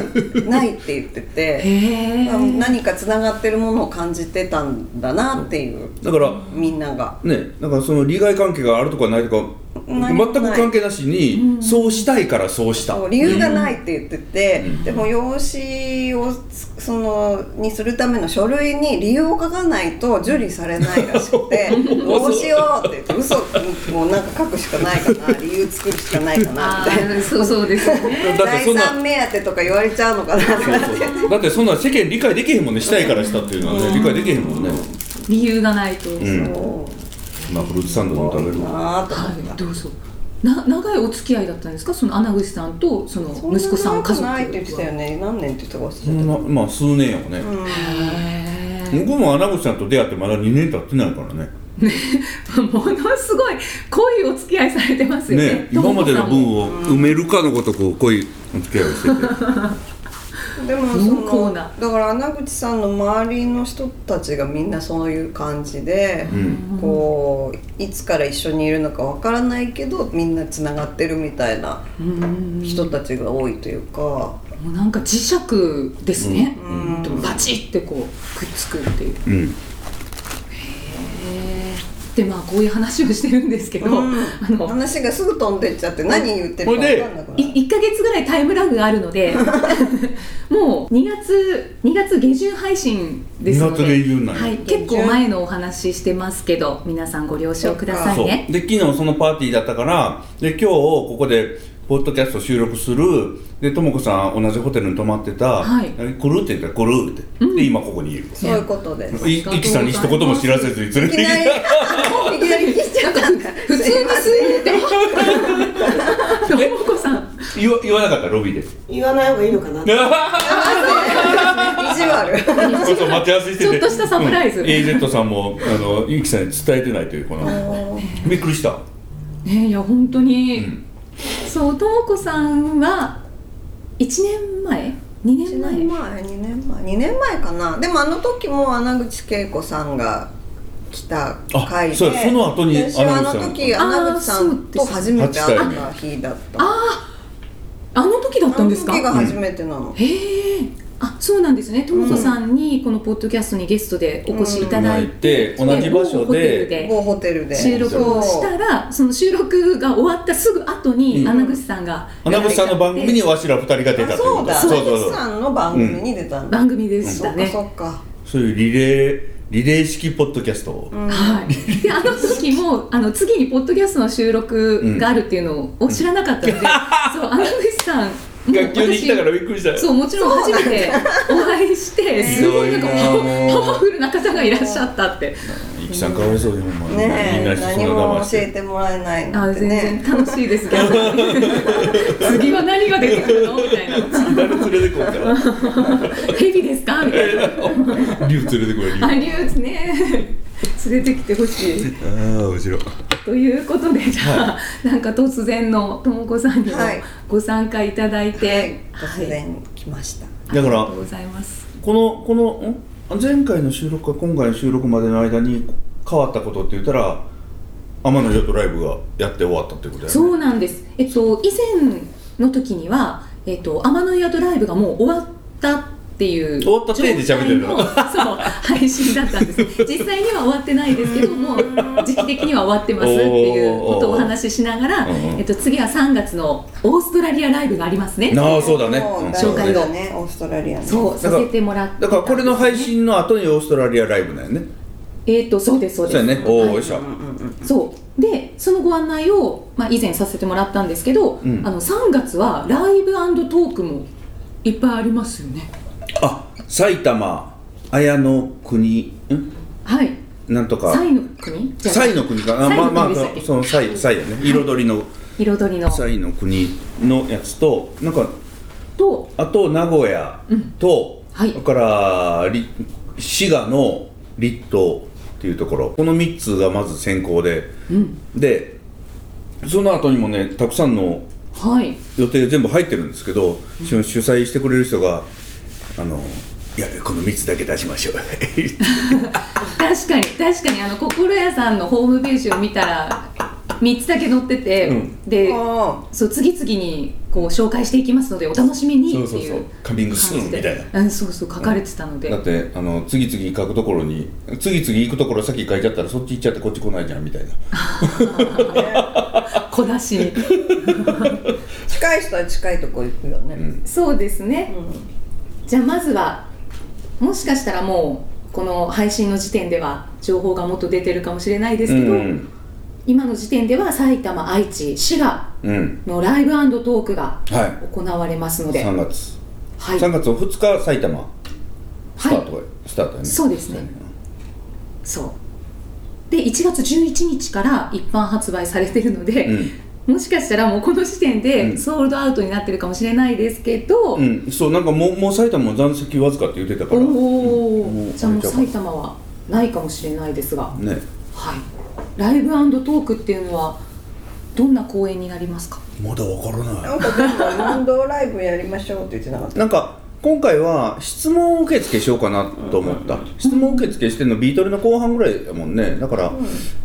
[SPEAKER 4] ないって言ってて
[SPEAKER 5] へ
[SPEAKER 4] あの
[SPEAKER 5] え
[SPEAKER 4] 何かつながってるものを感じてたんだなっていう
[SPEAKER 2] だから
[SPEAKER 4] みんなが
[SPEAKER 2] ねだからその利害関係があるとかないとか
[SPEAKER 4] ない
[SPEAKER 2] 全く関係なしにそうしたいからそうした
[SPEAKER 4] そう理由がないって言ってて、
[SPEAKER 2] うん
[SPEAKER 4] でも養子をそのにするための書類に理由を書かないと受理されないらしく てどうしようって言って嘘もうなんか書くしかないかな理由作るしかないかな
[SPEAKER 5] あ
[SPEAKER 4] みたいな
[SPEAKER 5] ーそうそうですよね
[SPEAKER 2] だってそ
[SPEAKER 4] 財
[SPEAKER 2] んな
[SPEAKER 4] 産目当てとか言われちゃうのかなと
[SPEAKER 2] そう
[SPEAKER 4] か
[SPEAKER 2] そうそう だってそんな世間理解できへんもんねしたいからしたっていうのはね理解できへんもんね
[SPEAKER 5] 理由がないと、
[SPEAKER 2] うん
[SPEAKER 4] そう
[SPEAKER 2] まあフルーツサンドも食べるわ
[SPEAKER 4] なあと思っ
[SPEAKER 5] はいどうぞな長いお付き合いだったんですかその穴口さんとその
[SPEAKER 4] た
[SPEAKER 5] 息子さん家
[SPEAKER 4] そ
[SPEAKER 5] 族
[SPEAKER 4] な長くないって言ってたよね何年って言ってたか
[SPEAKER 2] そ
[SPEAKER 4] 忘れ
[SPEAKER 2] ん
[SPEAKER 4] て
[SPEAKER 2] なまあ数年やわね
[SPEAKER 5] へ
[SPEAKER 2] 僕も穴口さんと出会ってまだ2年経ってないからね
[SPEAKER 5] ーものすごい濃いお付き合いされてますよね
[SPEAKER 2] ね今までの分を埋めるかのごとく濃いお付き合いをしてて
[SPEAKER 4] たでもそ
[SPEAKER 5] 濃厚
[SPEAKER 4] の
[SPEAKER 5] な
[SPEAKER 4] だから穴口さんの周りの人たちがみんなそういう感じで、
[SPEAKER 2] うん
[SPEAKER 4] こういつから一緒にいるのかわからないけどみんなつながってるみたいな
[SPEAKER 5] うん
[SPEAKER 4] 人たちが多いというか、
[SPEAKER 5] もうなんか磁石ですね、
[SPEAKER 4] うん
[SPEAKER 5] ほんとバチッてこうくっつくっていう
[SPEAKER 2] うん
[SPEAKER 5] へーでまあこういう話をしてるんですけど、
[SPEAKER 4] うん
[SPEAKER 5] あの
[SPEAKER 4] 話がすぐ飛んでっちゃって何言ってるかわかんなくなる
[SPEAKER 5] い1ヶ月ぐらいタイムラグがあるの でもう2月2月下旬配信ですので
[SPEAKER 2] 2月下旬なんや
[SPEAKER 5] はい、結構前のお話ししてますけど皆さんご了承ください
[SPEAKER 2] そう
[SPEAKER 5] ね
[SPEAKER 2] で昨日そのパーティーだったからで今日ここでポッドキャスト収録するでとも子さん同じホテルに泊まってた「
[SPEAKER 5] はい
[SPEAKER 2] え来る?」って言ったら「来る?」ってで今ここにいる
[SPEAKER 4] そういうことです
[SPEAKER 2] いいきさんに一言も知らせずに連れ
[SPEAKER 4] いき
[SPEAKER 2] て
[SPEAKER 4] な
[SPEAKER 2] 行っ
[SPEAKER 4] りいきなり来ちゃったんだ
[SPEAKER 5] 普通に
[SPEAKER 4] す いません
[SPEAKER 5] 吸えてあともこさん
[SPEAKER 2] た 言わ言わなかったロ ビーで
[SPEAKER 6] 言わない方がいいのかなって
[SPEAKER 4] 意地悪
[SPEAKER 2] そうそう待ち合わせしてて
[SPEAKER 5] ちょっとしたサプライズ
[SPEAKER 2] うん AZ さんもあのゆきさんに伝えてないというこのびっくりした
[SPEAKER 5] ねいや本当に、
[SPEAKER 2] うん
[SPEAKER 5] そうともこさんは1年前2年
[SPEAKER 4] 1
[SPEAKER 5] 前
[SPEAKER 4] 年前2年前2年前かなでもあの時も穴口恵子さんが来た回で
[SPEAKER 2] あそうやその後に
[SPEAKER 4] 私は
[SPEAKER 2] 穴口さ
[SPEAKER 4] あ
[SPEAKER 2] ん
[SPEAKER 4] の時穴口さんと初めて会った日だったあ
[SPEAKER 5] あの時だったんですか
[SPEAKER 4] あの時が初めてなの、
[SPEAKER 5] へえあそうなんですねともこさんにこのポッドキャストにゲストでお越しいただいて、
[SPEAKER 2] うん同じ場所で
[SPEAKER 5] ホテルで
[SPEAKER 4] 某ホテルで
[SPEAKER 5] 収録をしたらその収録が終わったすぐ後に
[SPEAKER 2] うん
[SPEAKER 5] 穴口さんが
[SPEAKER 2] 穴口さんの番組にわしら二人が出たという
[SPEAKER 4] あ
[SPEAKER 2] こ
[SPEAKER 4] そう
[SPEAKER 2] と
[SPEAKER 4] だ
[SPEAKER 2] そうそう
[SPEAKER 4] 穴
[SPEAKER 2] そう
[SPEAKER 4] 口さんの番組に出たんだ、
[SPEAKER 5] 番組でし
[SPEAKER 4] そ
[SPEAKER 5] た
[SPEAKER 4] っか
[SPEAKER 5] ね、
[SPEAKER 4] そっか
[SPEAKER 2] そういうリレーリレー式ポッドキャストを
[SPEAKER 5] はい、であの時もあの次にポッドキャストの収録があるっていうのを知らなかったので、そう穴口さんも
[SPEAKER 2] 学級に来たからびっくりした
[SPEAKER 5] そうもちろん初めてお会いしてすごいなんかパワパワフルな方がいらっしゃったって
[SPEAKER 2] ゆきさんかわいそうにほんまにみ
[SPEAKER 4] ね
[SPEAKER 2] ん
[SPEAKER 4] え
[SPEAKER 2] なして
[SPEAKER 4] 何
[SPEAKER 2] その
[SPEAKER 4] も
[SPEAKER 2] 我慢し
[SPEAKER 4] 教え
[SPEAKER 2] て
[SPEAKER 4] てもらえないな
[SPEAKER 5] あ
[SPEAKER 4] んて
[SPEAKER 5] 全
[SPEAKER 4] ね
[SPEAKER 5] 然楽しいです けど次は何が出てくるのみたい な
[SPEAKER 2] 誰連れてこうか
[SPEAKER 5] ヘビですかみたいな
[SPEAKER 2] な竜連れてこい竜
[SPEAKER 5] ありゅうですね連れてきてほしい
[SPEAKER 2] ああ面白い
[SPEAKER 5] ということでじゃあ、なんか突然のともこさんにも
[SPEAKER 4] はい
[SPEAKER 5] ご参加いただいて、
[SPEAKER 4] はい突然来ました、
[SPEAKER 2] だか
[SPEAKER 5] ありが
[SPEAKER 2] ら
[SPEAKER 5] とうございます
[SPEAKER 2] このこのん前回の収録か今回の収録までの間に変わったことって言ったら天野ジョとライブがやって終わったってことやね
[SPEAKER 5] そうなんですえっと以前の時にはえっと天の岩ドライブがもう終わったっていう
[SPEAKER 2] 終わった体で喋ってるの
[SPEAKER 5] 状態そう配信だったんです 実際には終わってないですけども時期的には終わってますっていうことをお話ししながら
[SPEAKER 2] おーおーおー
[SPEAKER 5] えっと、次は3月のオーストラリアライブがありますね
[SPEAKER 2] なあそうだね
[SPEAKER 4] もう
[SPEAKER 2] うん
[SPEAKER 4] 大
[SPEAKER 5] 紹介
[SPEAKER 4] 事
[SPEAKER 5] を
[SPEAKER 4] だねオーストラリアの
[SPEAKER 5] そう
[SPEAKER 2] だ
[SPEAKER 5] さ
[SPEAKER 2] から
[SPEAKER 5] せてもらって
[SPEAKER 2] だからこれの配信の後にオーストラリアライブだよね
[SPEAKER 5] えっ、とそうですそうです
[SPEAKER 2] そうやねおお
[SPEAKER 5] はい
[SPEAKER 2] よいしょ
[SPEAKER 4] うんうんうん
[SPEAKER 5] そうでそのご案内を、まあ、以前させてもらったんですけど、
[SPEAKER 2] ん
[SPEAKER 5] あの3月はライブトークもいっぱいありますよね
[SPEAKER 2] あ埼玉綾野国ん
[SPEAKER 5] はい
[SPEAKER 2] なんとか
[SPEAKER 5] サイの国じゃあ
[SPEAKER 2] サイの国かな
[SPEAKER 5] サイ
[SPEAKER 2] ま
[SPEAKER 5] の
[SPEAKER 2] あまあ
[SPEAKER 5] 国でしたっけ
[SPEAKER 2] そのサイサイやね彩りの
[SPEAKER 5] 彩りの
[SPEAKER 2] サイの国のやつとなんか
[SPEAKER 5] と
[SPEAKER 2] あと名古屋と、
[SPEAKER 5] はい
[SPEAKER 2] それからり滋賀の立東っていうところこの3つがまず先行で、でその後にもねたくさんの
[SPEAKER 5] はい
[SPEAKER 2] 予定全部入ってるんですけど、その主催してくれる人が「あのいやこの3つだけ出しましょう」
[SPEAKER 5] 確かに確かにあの心屋さんのホームページを見たら3つだけ載ってて、
[SPEAKER 2] うん
[SPEAKER 5] で
[SPEAKER 4] あ
[SPEAKER 5] そう次々にこう紹介していきますのでお楽しみにっていう
[SPEAKER 2] そうそうそうカミングスーンみたいな
[SPEAKER 5] 感じでうん、そうそう書かれてたので、
[SPEAKER 2] だってあの次々書くところに次々行くところ先書いちゃったらそっち行っちゃってこっち来ないじゃんみたいな
[SPEAKER 5] 小出しに
[SPEAKER 4] ー近い人は近いとこ行くよね、
[SPEAKER 2] ん
[SPEAKER 5] そうですね
[SPEAKER 4] うん
[SPEAKER 5] じゃあまずはもしかしたらもうこの配信の時点では情報がもっと出てるかもしれないですけど、
[SPEAKER 2] うん
[SPEAKER 5] 今の時点では埼玉愛知滋賀
[SPEAKER 2] うん
[SPEAKER 5] のライブトークが
[SPEAKER 2] は
[SPEAKER 5] 行われますの
[SPEAKER 2] い
[SPEAKER 5] で、
[SPEAKER 2] 3月
[SPEAKER 5] はい
[SPEAKER 2] 3月の2日埼玉スタート、
[SPEAKER 5] は
[SPEAKER 2] スタートやね
[SPEAKER 5] そうですねそうで1月11日から一般発売されてるので、
[SPEAKER 2] う
[SPEAKER 5] もしかしたらもうこの時点
[SPEAKER 2] うん
[SPEAKER 5] でソールドアウトになってるかもしれないですけど、
[SPEAKER 2] ん、うん、そうなんかもうもう埼玉も残席わずかって言ってたからね
[SPEAKER 5] おお、
[SPEAKER 2] うん
[SPEAKER 5] じゃあもう埼玉はないかもしれないですが、はい、ライブトークっていうのはどんな公演になりますか
[SPEAKER 2] まだわから
[SPEAKER 4] なんかでも運動ライブやりましょうって言ってなかった
[SPEAKER 2] なんか今回は質問受付しようかなと思った、質問受付してんのビートルの後半ぐらいだもんねだから、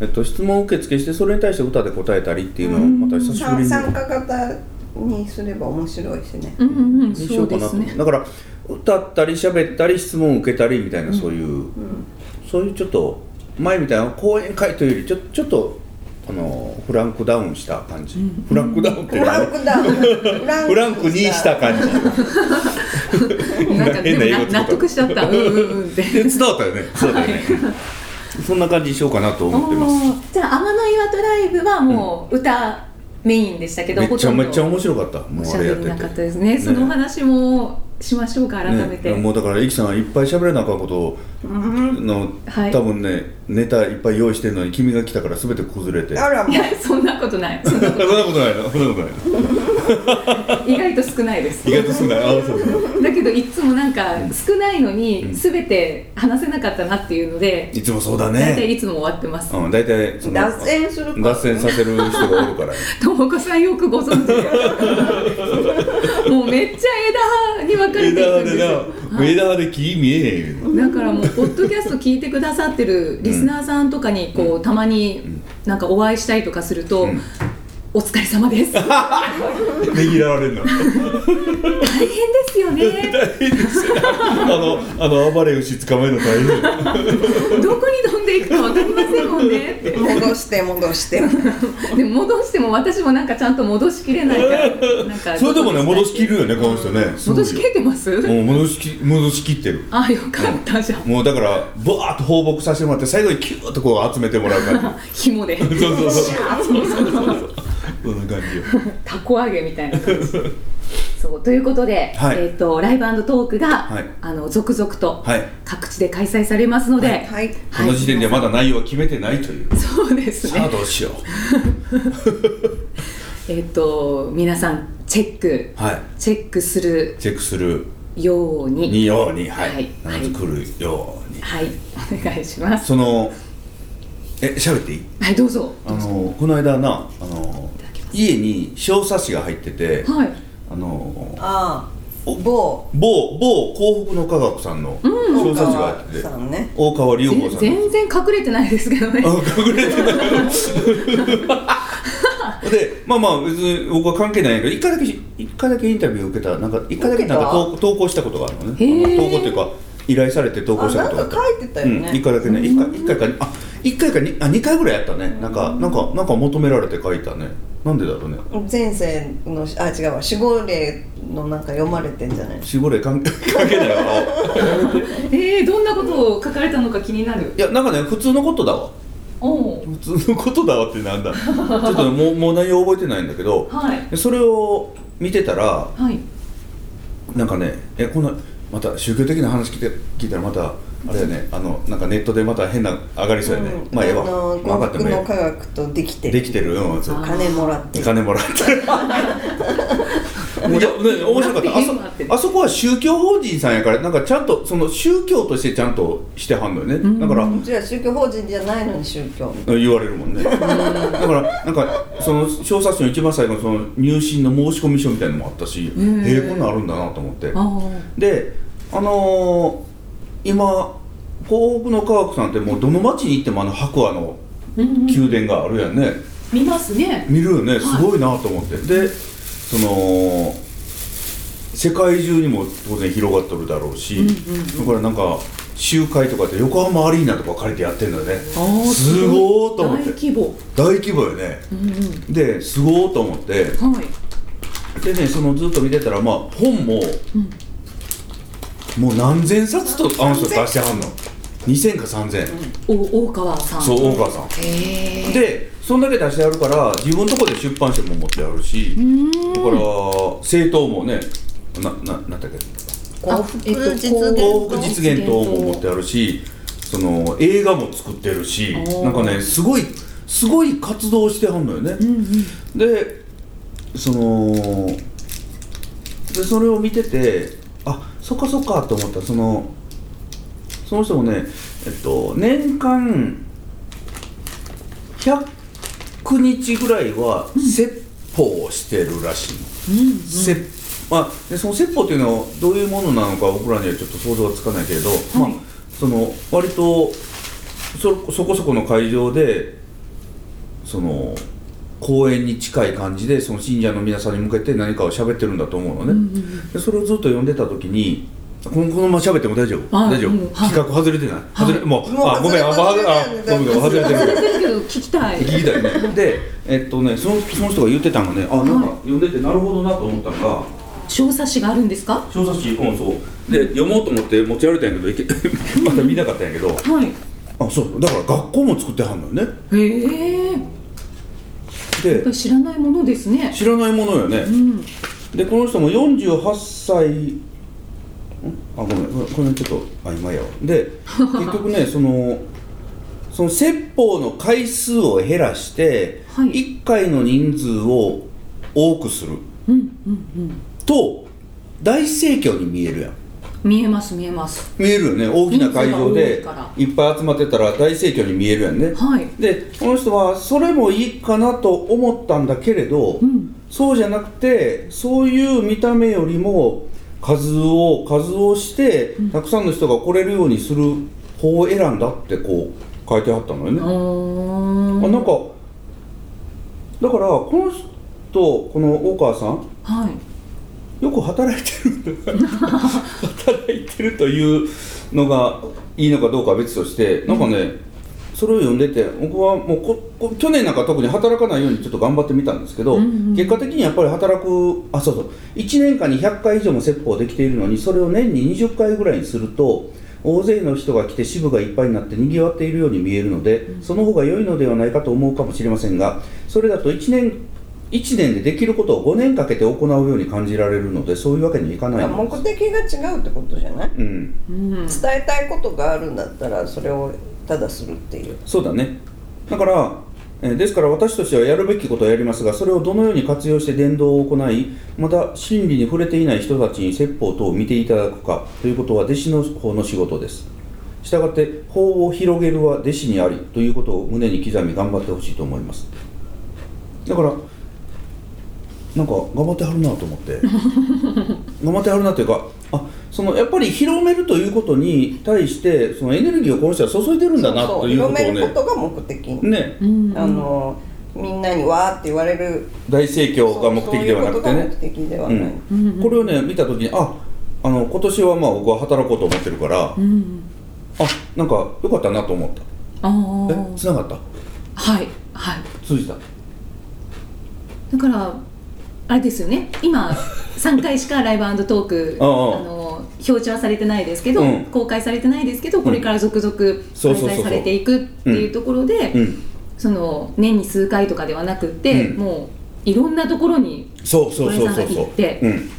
[SPEAKER 2] えっと、質問受付してそれに対して歌で答えたりっていうのをまた久しぶり
[SPEAKER 4] 参
[SPEAKER 2] に
[SPEAKER 4] 参加型にすれば面白いしね
[SPEAKER 5] うんうんうん
[SPEAKER 2] にしようかなと、だから歌ったり喋ったり質問受けたりみたいなそういう、そういうちょっと前みたいな講演会というよりちょちょっとあのフランクダウンした感じ、フランクダウンって
[SPEAKER 4] フランクダウン フラ
[SPEAKER 2] フランクにした感じ
[SPEAKER 5] なんかで
[SPEAKER 2] 変な英語
[SPEAKER 5] も
[SPEAKER 2] 使った
[SPEAKER 5] な納得しちゃったうんうんうんって
[SPEAKER 2] で伝わった よねそうだよね、そんな感じに しようかなと思ってます
[SPEAKER 5] おーじゃあ「天の岩とライブ」はもう歌メインでしたけど、
[SPEAKER 2] め
[SPEAKER 5] ほ
[SPEAKER 2] ち
[SPEAKER 5] と
[SPEAKER 2] ゃ
[SPEAKER 5] んど
[SPEAKER 2] めちゃ面白かったも
[SPEAKER 5] お
[SPEAKER 2] う
[SPEAKER 5] し
[SPEAKER 2] あ
[SPEAKER 5] ゃ
[SPEAKER 2] れや
[SPEAKER 5] べ
[SPEAKER 2] って
[SPEAKER 5] り
[SPEAKER 2] て
[SPEAKER 5] なかったですねそのお話もしましょうか改めて、
[SPEAKER 2] ねもうだからイキさんいっぱい喋れなあかんことの、
[SPEAKER 5] はい
[SPEAKER 2] 多分ねネタいっぱい用意してるのに君が来たから全て崩れて
[SPEAKER 4] あらも
[SPEAKER 5] いやそんなことないそんな
[SPEAKER 2] そんなことないのそんなことないの
[SPEAKER 5] 意外と少ないです
[SPEAKER 2] 意外と少ないあそうそう
[SPEAKER 5] だけどいつもなんか少ないのに全て話せなかったなっていうので、
[SPEAKER 2] いつもそうだ
[SPEAKER 5] 大体
[SPEAKER 2] ね
[SPEAKER 5] いつも終わってます、
[SPEAKER 2] うん大体その
[SPEAKER 4] 脱線するから
[SPEAKER 2] 脱線させる人がおるから
[SPEAKER 5] ともこさんよくご存知でもうめっちゃ枝葉に分かれていくんですよ
[SPEAKER 2] な枝葉で木見えへんよ
[SPEAKER 5] だからもうポッドキャスト聞いてくださってるリスナーさんとかにこうたまになんかお会いしたりとかすると、
[SPEAKER 2] ん
[SPEAKER 5] お疲れ様 です大
[SPEAKER 2] ねぎらわれるの
[SPEAKER 5] 変ですよね
[SPEAKER 2] あのあの暴れ牛捕まえるの大変
[SPEAKER 5] どこに飛んでいくか分かりませんもんねって
[SPEAKER 4] 戻して戻して
[SPEAKER 5] でも戻しても私もなんかちゃんと戻しきれないからなんか
[SPEAKER 2] それでもね戻しき
[SPEAKER 5] る
[SPEAKER 2] るよねこの人ねすごい
[SPEAKER 5] 戻
[SPEAKER 2] よ
[SPEAKER 5] しきれてます、
[SPEAKER 2] もう戻しき戻しきってる
[SPEAKER 5] あよかったじゃん
[SPEAKER 2] もうだからブワーッと放牧させてもらって最後にキューッとこう集めてもらう感
[SPEAKER 5] 紐で
[SPEAKER 2] じそうそうそうそうそうそうそんな感じよ
[SPEAKER 5] たこ揚げみたいな感じそうということで、
[SPEAKER 2] はい
[SPEAKER 5] えー、とライブトークが、
[SPEAKER 2] はい
[SPEAKER 5] あの続々と
[SPEAKER 2] はい
[SPEAKER 5] 各地で開催されますので、
[SPEAKER 4] はい
[SPEAKER 2] この時点ではまだ内容は決めてないという
[SPEAKER 5] そうです
[SPEAKER 2] さあ
[SPEAKER 5] ね
[SPEAKER 2] どうしよう
[SPEAKER 5] えっ、と皆さんチェック
[SPEAKER 2] はい
[SPEAKER 5] チェックする
[SPEAKER 2] チェックする
[SPEAKER 5] ように
[SPEAKER 2] にようには
[SPEAKER 5] はいい
[SPEAKER 2] 必ず来るように
[SPEAKER 5] はいお願いします
[SPEAKER 2] そのえ喋っていい
[SPEAKER 5] はいどうぞ
[SPEAKER 2] あのこの間なあの家に小冊子が入ってて
[SPEAKER 5] はい
[SPEAKER 2] あの
[SPEAKER 4] ああ某
[SPEAKER 2] 某某幸福の科学さんの小冊子が入ってて
[SPEAKER 4] さんね
[SPEAKER 2] 大川隆法さんの
[SPEAKER 5] 全然隠れてないですけどね
[SPEAKER 2] あ隠れて ないでまあまあ別に僕は関係ないんやけど一回だけし一回だけインタビュー受けたらなんか一回だけなんか
[SPEAKER 4] 受け
[SPEAKER 2] 投投稿したことがあるのね
[SPEAKER 5] へー
[SPEAKER 2] 投稿っていうか依頼されて投稿したことが
[SPEAKER 4] あなんか書いてたよね
[SPEAKER 2] うん、一回だけね一回一回かあ一回かにあ二回ぐらいやったねなんかなんかなんか求められて書いたねなんでだろうね
[SPEAKER 4] 前世のあ違うわ守護霊のなんか読まれてんじゃない
[SPEAKER 2] 守護霊関係 関係ないわ
[SPEAKER 5] えー、どんなことを書かれたのか気になる
[SPEAKER 2] いやなんかね普通のことだわ
[SPEAKER 5] おおう
[SPEAKER 2] 普通のことだわってなんだちょっとねもうもう内容覚えてないんだけど
[SPEAKER 5] はい
[SPEAKER 2] それを見てたら
[SPEAKER 5] はい
[SPEAKER 2] なんかねえこんなまた宗教的な話聞いて聞いたらまたあれやねあのなんかネットでまた変な上がりそうやね、
[SPEAKER 4] うん
[SPEAKER 2] まあええわ
[SPEAKER 4] あの
[SPEAKER 2] 分かっても
[SPEAKER 4] の
[SPEAKER 2] え
[SPEAKER 4] 科学とできて
[SPEAKER 2] え
[SPEAKER 4] る
[SPEAKER 2] できてるうんそう
[SPEAKER 4] 金もらってる
[SPEAKER 2] 金もらっていや、ね、面白かったあそあそこは宗教法人さんやからなんかちゃんとその宗教としてちゃんとしてはんのよね、だから
[SPEAKER 4] じゃあ宗教法人じゃないのに宗教
[SPEAKER 2] 言われるもんねだからなんかその小冊子の一番最後のその入信の申込書みたいなのもあったしへ
[SPEAKER 5] ん
[SPEAKER 2] えこんなんあるんだなと思って
[SPEAKER 5] あー
[SPEAKER 2] であのー今東北の科学さんってもうどの町に行ってもあの白亜の宮殿があるやんね、
[SPEAKER 5] 見ますね
[SPEAKER 2] 見るよねすごいなと思って、でその世界中にも当然広がっとるだろうし、だからなんか集会とかって横浜アリーナとか借りてやってるんだよね
[SPEAKER 5] あー
[SPEAKER 2] すごーと思っ
[SPEAKER 5] 大
[SPEAKER 2] て
[SPEAKER 5] 規模
[SPEAKER 2] 大規模よね、ですごーと思って
[SPEAKER 5] はい
[SPEAKER 2] でねそのずっと見てたらまあ本も、もう何千冊とあの人出してはんの2000か3000、
[SPEAKER 5] お大川さん
[SPEAKER 2] そう大川さん
[SPEAKER 5] へえ
[SPEAKER 2] でそんだけ出してあるから自分のとこで出版社も持ってあるしだから政党もねなななんだっけ
[SPEAKER 4] 幸福
[SPEAKER 5] えっと
[SPEAKER 4] 実
[SPEAKER 5] 幸
[SPEAKER 4] 現
[SPEAKER 2] 東北実現党も持ってあるしその映画も作ってるし
[SPEAKER 5] おー
[SPEAKER 2] なんかねすごいすごい活動してはんのよね、でそのでそれを見ててあそっかそっかと思ったそのその人もねえっと年間100日ぐらいは説法をしてるらしいの、説まあ、でその説法っていうのはどういうものなのか僕らにはちょっと想像がつかないけれど、まあ、その割とそそこそこの会場でその公園に近い感じでその信者の皆さんに向けて何かを喋ってるんだと思うのね、でそれをずっと読んでた時にこのこのまま喋っても大丈夫
[SPEAKER 5] はい
[SPEAKER 2] 大丈夫、
[SPEAKER 5] うんはい
[SPEAKER 2] 企画外れてない、外れもう
[SPEAKER 4] もう
[SPEAKER 2] あごめんあ
[SPEAKER 4] 外れてる
[SPEAKER 2] ああごめんごめん外れてる
[SPEAKER 5] 忘れてるけど聞きたい
[SPEAKER 2] 聞きたいねでえっとねそのその人が言ってたのがねあなんか読んでてなるほどなと思ったのが
[SPEAKER 5] 小冊子があるんですか
[SPEAKER 2] 小冊子うんそうで読もうと思って持ち歩いたんやけどい けまだ見なかったんやけど
[SPEAKER 5] はい
[SPEAKER 2] あそうだから学校も作ってはんのよね
[SPEAKER 5] へえ
[SPEAKER 2] で
[SPEAKER 5] 知らないものですね
[SPEAKER 2] 知らないものよね、
[SPEAKER 5] ん
[SPEAKER 2] でこの人も48歳んあごめんこれこれちょっと曖昧やわで結局 ねそのその説法の回数を減らして、
[SPEAKER 5] はい
[SPEAKER 2] 1回の人数を多くする
[SPEAKER 5] うんうんうん
[SPEAKER 2] と大盛況に見えるやん
[SPEAKER 5] 見えます見えます
[SPEAKER 2] 見えるよね大きな会場で
[SPEAKER 5] 人数が多
[SPEAKER 2] いっぱい集まってたら大盛況に見えるやんね、
[SPEAKER 5] はい
[SPEAKER 2] でこの人はそれもいいかなと思ったんだけれど、
[SPEAKER 5] ん
[SPEAKER 2] そうじゃなくてそういう見た目よりも数を数をしてたくさんの人が来れるようにする方を選んだってこう書いてあったのよね、
[SPEAKER 5] お
[SPEAKER 2] あ
[SPEAKER 5] ー
[SPEAKER 2] なんかだからこの人この大川さん
[SPEAKER 5] はい
[SPEAKER 2] よく働いてるんだ働いてるというのがいいのかどうかは別としてなんかね、それを読んでて僕はもうここ去年なんか特に働かないようにちょっと頑張ってみたんですけど、
[SPEAKER 5] うんうん
[SPEAKER 2] 結果的にやっぱり働くあそうそう1年間に100回以上も説法できているのにそれを年に20回ぐらいにすると大勢の人が来て支部がいっぱいになって賑わっているように見えるので、その方が良いのではないかと思うかもしれませんがそれだと1年1年でできることを5年かけて行うように感じられるのでそういうわけにはいかないの
[SPEAKER 4] 目的が違うってことじゃない
[SPEAKER 2] うん
[SPEAKER 5] うん
[SPEAKER 4] 伝えたいことがあるんだったらそれをただするっていう
[SPEAKER 2] そうだねだからえーですから私としてはやるべきことをやりますがそれをどのように活用して伝道を行いまた真理に触れていない人たちに説法等を見ていただくかということは弟子の方の仕事ですしたがって法を広げるは弟子にありということを胸に刻み頑張ってほしいと思いますだからなんか頑張ってはるなと思って 頑張ってはるなというかあそのやっぱり広めるということに対してそのエネルギーをこの人は注いでるんだな
[SPEAKER 4] そう
[SPEAKER 2] ということをね
[SPEAKER 4] 広めることが目的、
[SPEAKER 2] ね、
[SPEAKER 5] うん
[SPEAKER 4] あのみんなにわーって言われる
[SPEAKER 2] 大盛況が目的ではなくてね
[SPEAKER 4] そういうことが目的では
[SPEAKER 2] う
[SPEAKER 4] ない、
[SPEAKER 2] んこれをね見た時にああの今年はまあ僕は働こうと思ってるから、
[SPEAKER 5] うん
[SPEAKER 2] あなんか良かったなと思った
[SPEAKER 5] あ
[SPEAKER 2] え
[SPEAKER 5] あ
[SPEAKER 2] 繋がった
[SPEAKER 5] はいはい
[SPEAKER 2] 通じた
[SPEAKER 5] だからあれですよね今3回しかライブト ーク
[SPEAKER 2] あ
[SPEAKER 5] あ
[SPEAKER 2] あ
[SPEAKER 5] の表示はされてないですけど、
[SPEAKER 2] うん
[SPEAKER 5] 公開されてないですけどこれから続々
[SPEAKER 2] そうそうそうそう
[SPEAKER 5] 開催されていくっていうところで、
[SPEAKER 2] うん
[SPEAKER 5] その年に数回とかではなくって、
[SPEAKER 2] うん
[SPEAKER 5] もういろんなところに
[SPEAKER 2] そうそうそうそ
[SPEAKER 5] 小
[SPEAKER 2] う
[SPEAKER 5] 林さんが
[SPEAKER 2] そ
[SPEAKER 5] 行って
[SPEAKER 2] う、うん、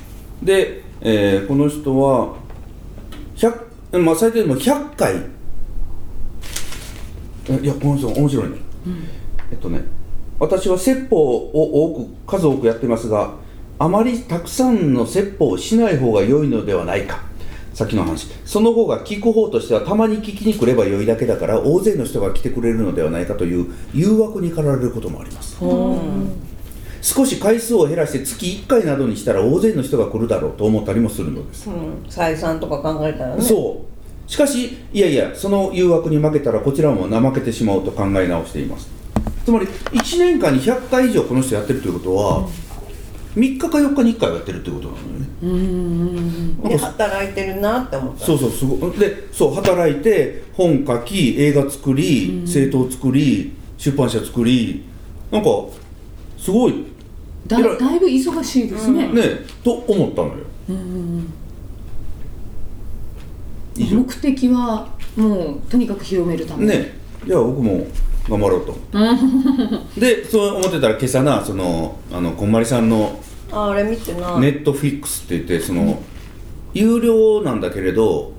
[SPEAKER 2] で、えーこの人は100まあ最低でも100回えいやこの人面白いね、えっとね私は説法を多く数多くやってますがあまりたくさんの説法をしない方が良いのではないかさっきの話その方が聞く方としてはたまに聞きに来れば良いだけだから大勢の人が来てくれるのではないかという誘惑に駆られることもあります少し回数を減らして月1回などにしたら大勢の人が来るだろうと思ったりもするのです、
[SPEAKER 4] うん、採算とか考えたらね
[SPEAKER 2] そうしかしいやいやその誘惑に負けたらこちらも怠けてしまうと考え直していますつまり1年間に100回以上この人やってるということは、3日か4日に1回はやってるってことなのよね、
[SPEAKER 4] で働いてるなって思った
[SPEAKER 2] そうそうすごいでそう働いて本書き映画作り政党作り出版社作りなんかすごい
[SPEAKER 5] だ
[SPEAKER 2] いろいろ
[SPEAKER 5] だいぶ忙しいですね、
[SPEAKER 2] ねと思ったのよ、以上
[SPEAKER 5] 目的はもうとにかく広めるため、
[SPEAKER 2] ねじゃあ僕も頑張ろう と思ってでそう思ってたら今朝なそのあのこんまりさんの
[SPEAKER 4] ああれ見てない、
[SPEAKER 2] ネットフィックスって言ってその、有料なんだけれど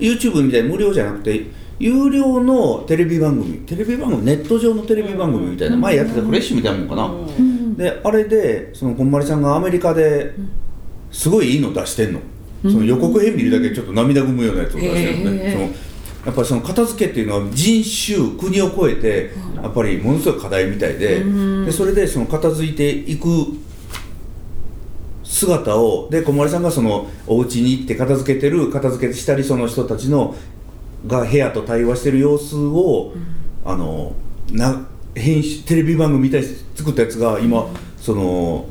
[SPEAKER 2] YouTube みたいに無料じゃなくて有料のテレビ番組テレビ番組ネット上のテレビ番組みたいな、前やってたフレッシュみたいなもんかな、
[SPEAKER 4] うん
[SPEAKER 5] うん
[SPEAKER 2] であれでそのこんまりさんがアメリカですごいいいの出してんの、その予告編見るだけでちょっと涙ぐむようなやつを出してるのね、
[SPEAKER 5] へー
[SPEAKER 2] そのやっぱりその片付けっていうのは人種国を超えてやっぱりものすごい課題みたいで,、でそれでその片付いていく姿をで小森さんがそのお家に行って片付けてる片付けしたりその人たちのが部屋と対話してる様子を、あのな編集テレビ番組みたいに作ったやつが今、その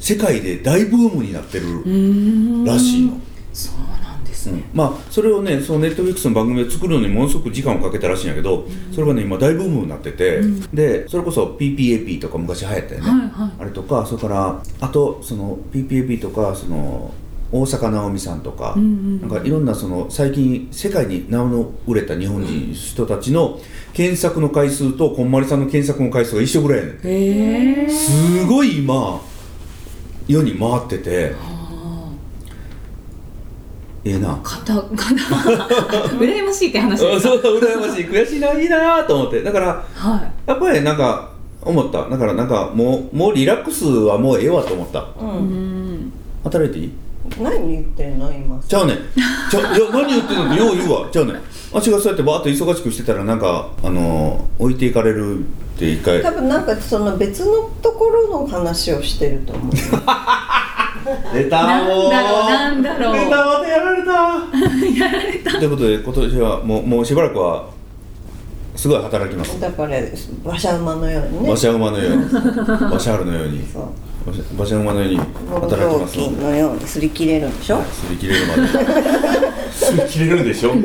[SPEAKER 2] 世界で大ブームになってるらしいの。
[SPEAKER 5] そうなんですね、
[SPEAKER 2] まあそれをねそのネットフィックスの番組を作るのにものすごく時間をかけたらしいんやけど、それがね今大ブームになってて、でそれこそ PPAP とか昔流行ったよね、
[SPEAKER 5] はいはい
[SPEAKER 2] あれとかそれからあとその PPAP とかその大坂なおみさんとか、
[SPEAKER 5] うんうん
[SPEAKER 2] なんかいろんなその最近世界に名の売れた日本人、人たちの検索の回数とこんまりさんの検索の回数が一緒ぐらいやねん
[SPEAKER 5] へえ
[SPEAKER 2] すごい今世に回っててええな
[SPEAKER 5] 肩肩 羨ましいって話
[SPEAKER 2] う
[SPEAKER 5] で
[SPEAKER 2] ん
[SPEAKER 5] す
[SPEAKER 2] そう羨ましい悔しいないいなと思ってだから
[SPEAKER 5] は
[SPEAKER 2] やっぱりなんか思っただからなんかもうもうリラックスはもうええわと思った
[SPEAKER 4] う、
[SPEAKER 5] いうんん
[SPEAKER 2] 働いていい
[SPEAKER 4] 何言ってんの今
[SPEAKER 2] ちゃうねんちゃういや何言ってんのってよう言うわちゃうねんあ違うそうやってバーッと忙しくしてたらなんかあのー置いていかれるって一回
[SPEAKER 4] 多分なんかその別のところの話をしてると思う
[SPEAKER 2] 出た
[SPEAKER 5] なん
[SPEAKER 2] もう
[SPEAKER 5] だろうなんだろう
[SPEAKER 2] 出たまたやられたということで今年はもうもうしばらくはすごい働きます
[SPEAKER 4] だから馬車馬のようにね
[SPEAKER 2] 馬車馬のように馬車春のように
[SPEAKER 4] そう
[SPEAKER 2] 馬車馬車馬のように
[SPEAKER 4] ご
[SPEAKER 2] 働き
[SPEAKER 4] 料
[SPEAKER 2] ますの
[SPEAKER 4] 金
[SPEAKER 2] で
[SPEAKER 4] のように擦り切れるんでしょ
[SPEAKER 2] 擦り切れるまで 擦り切れるんでしょうん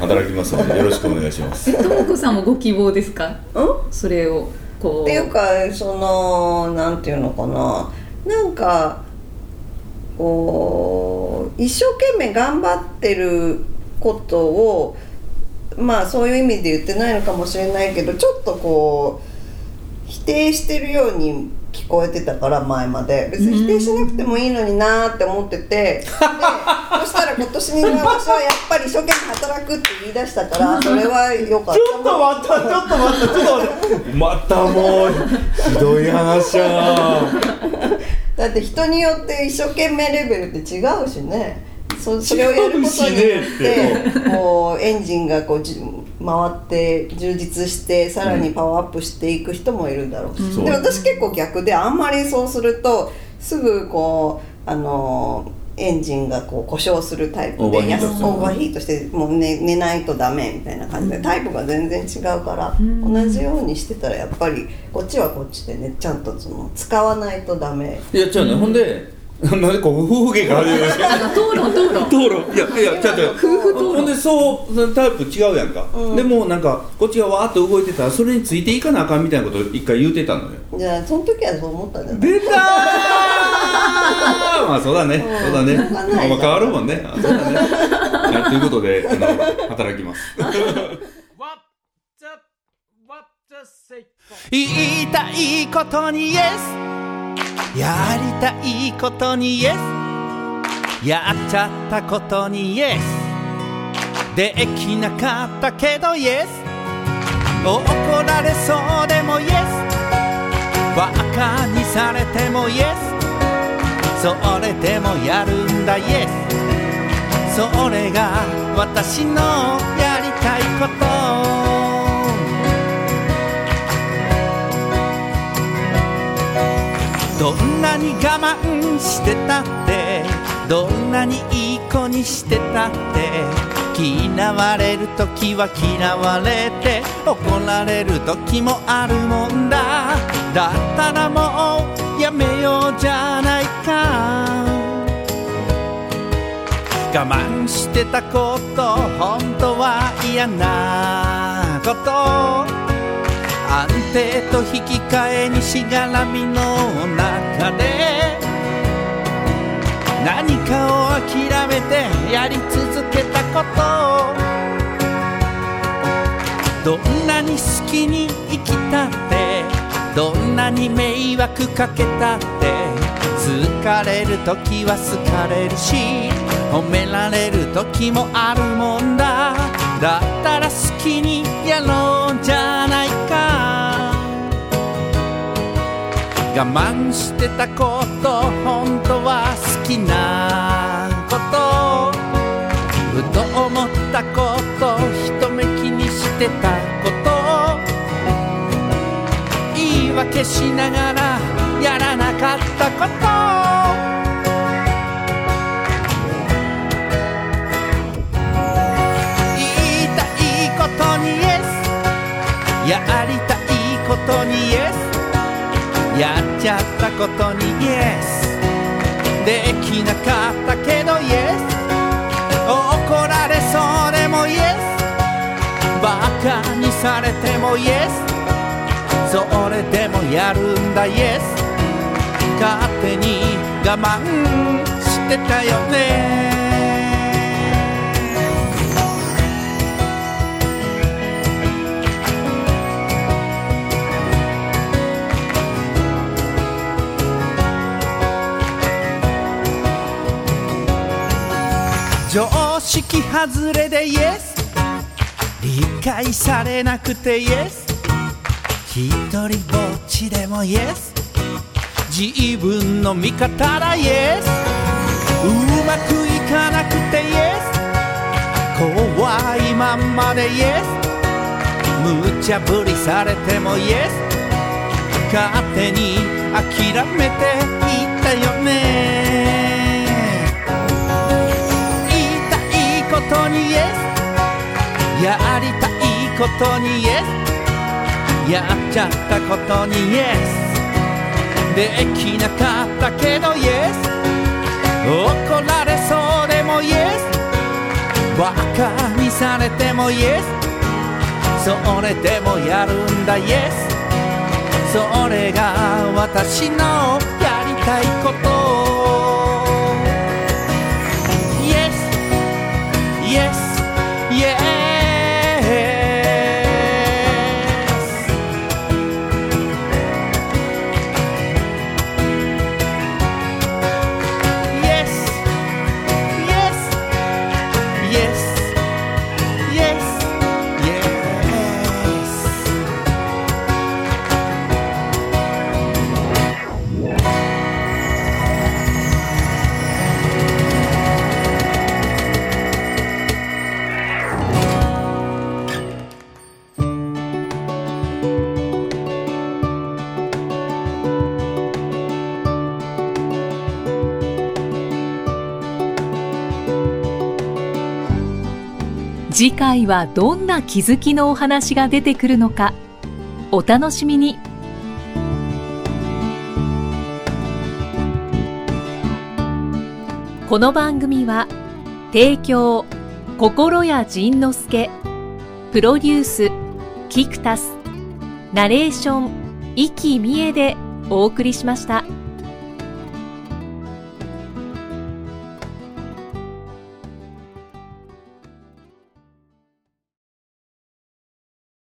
[SPEAKER 2] 働きますのでよろしくお願いします
[SPEAKER 5] えともこさんもご希望ですか
[SPEAKER 4] うん
[SPEAKER 5] それをこ
[SPEAKER 4] っ
[SPEAKER 5] う
[SPEAKER 4] ていうかそのなんていうのかななんかこう一生懸命頑張ってることをまあそういう意味で言ってないのかもしれないけどちょっとこう否定してるように聞こえてたから前まで別に否定しなくてもいいのになーって思っててでそしたら今年に私はやっぱり一生懸命働くって言い出したからそれは良かっ
[SPEAKER 2] ち
[SPEAKER 4] た
[SPEAKER 2] ょっと待った、ちょっと待った、ちょっと待った。またもう、ひどい話やな。
[SPEAKER 4] だって人によって一生懸命レベルって違うしねそそれをやることによ
[SPEAKER 2] 違う
[SPEAKER 4] ってこうエンジンがこうじ回って充実してさらにパワーアップしていく人もいるだろう、
[SPEAKER 2] そう
[SPEAKER 4] で私結構逆であんまりそうするとすぐこうあのーエンジンがこう故障するタイプ
[SPEAKER 7] オーバーヒ
[SPEAKER 4] で
[SPEAKER 7] ー
[SPEAKER 4] や
[SPEAKER 7] ト
[SPEAKER 4] す
[SPEAKER 7] する
[SPEAKER 4] オーバーヒートしてもう寝寝ないとダメみたいな感じでタイプが全然違うから
[SPEAKER 5] ん
[SPEAKER 4] 同じようにしてたらやっぱりこっちはこっちでねちゃんとその使わないとダメ
[SPEAKER 7] いや違うね、ほんでなんでこう夫婦喧嘩始めました
[SPEAKER 5] あ討論討論
[SPEAKER 7] 討論いやいやちゃうちゃう
[SPEAKER 5] 夫婦討論
[SPEAKER 7] ほんでそうそのタイプ違うやんか、
[SPEAKER 4] うん
[SPEAKER 7] でもうなんかこっちがわーっと動いてたらそれについていかなあかんみたいなことを一回言うてたのよ
[SPEAKER 4] じゃあその時はそう思ったんじゃない
[SPEAKER 7] 出たー まあそうだね、
[SPEAKER 4] ん
[SPEAKER 7] そうだね、
[SPEAKER 4] わかんない
[SPEAKER 7] まあ、変わるもんねあそう だね、はい、ということであの働きます
[SPEAKER 2] 言いたいことに Yes やりたいことに Yes やっちゃったことに Yes できなかったけど Yes 怒られそうでも Yes バカにされても Yes それでもやるんだ Yes それが私のやりたいことどんなに我慢してたってどんなにいい子にしてたって嫌われる時は嫌われて怒られる時もあるもんだだったらもうやめようじゃないか我慢してたこと本当は嫌なこと安定と引き換えにしがらみの中で何かを諦めてやり続けたことどんなに好きに生きたってどんなに迷惑かけたって疲れる時は好かれるし褒められる時もあるもんだだったら好きにやろうじゃないか我慢してたこと本当は好きなことふと思ったこと一目気にしてたこと言い訳しながらやらなかったこと言いたいことに Yes やりたいことに Yes やっちゃったことに Yes できなかったけど Yes 怒られそうでも Yes バカにされても Yes それでもやるんだ Yes 勝手に我慢してたよね常識外れで Yes 理解されなくて Yes 一人ぼっちでも Yes 自分の味方だ Yes うまくいかなくて Yes 怖いまんまで Yes 無茶ぶりされても Yes 勝手に諦めていったよね言いたいことに Yes やりたいことに Yes やっちゃったことに Yes できなかったけど Yes 怒られそうでも Yes バカにされても Yes それでもやるんだ Yes それが私のやりたいこと Yes, yes, yes.
[SPEAKER 4] あ
[SPEAKER 5] 次回はどんな気づきのお話が出てくるのかお楽しみにこの番組は提供心谷仁之助プロデュースキクタスナレーション生きみえでお送りしました。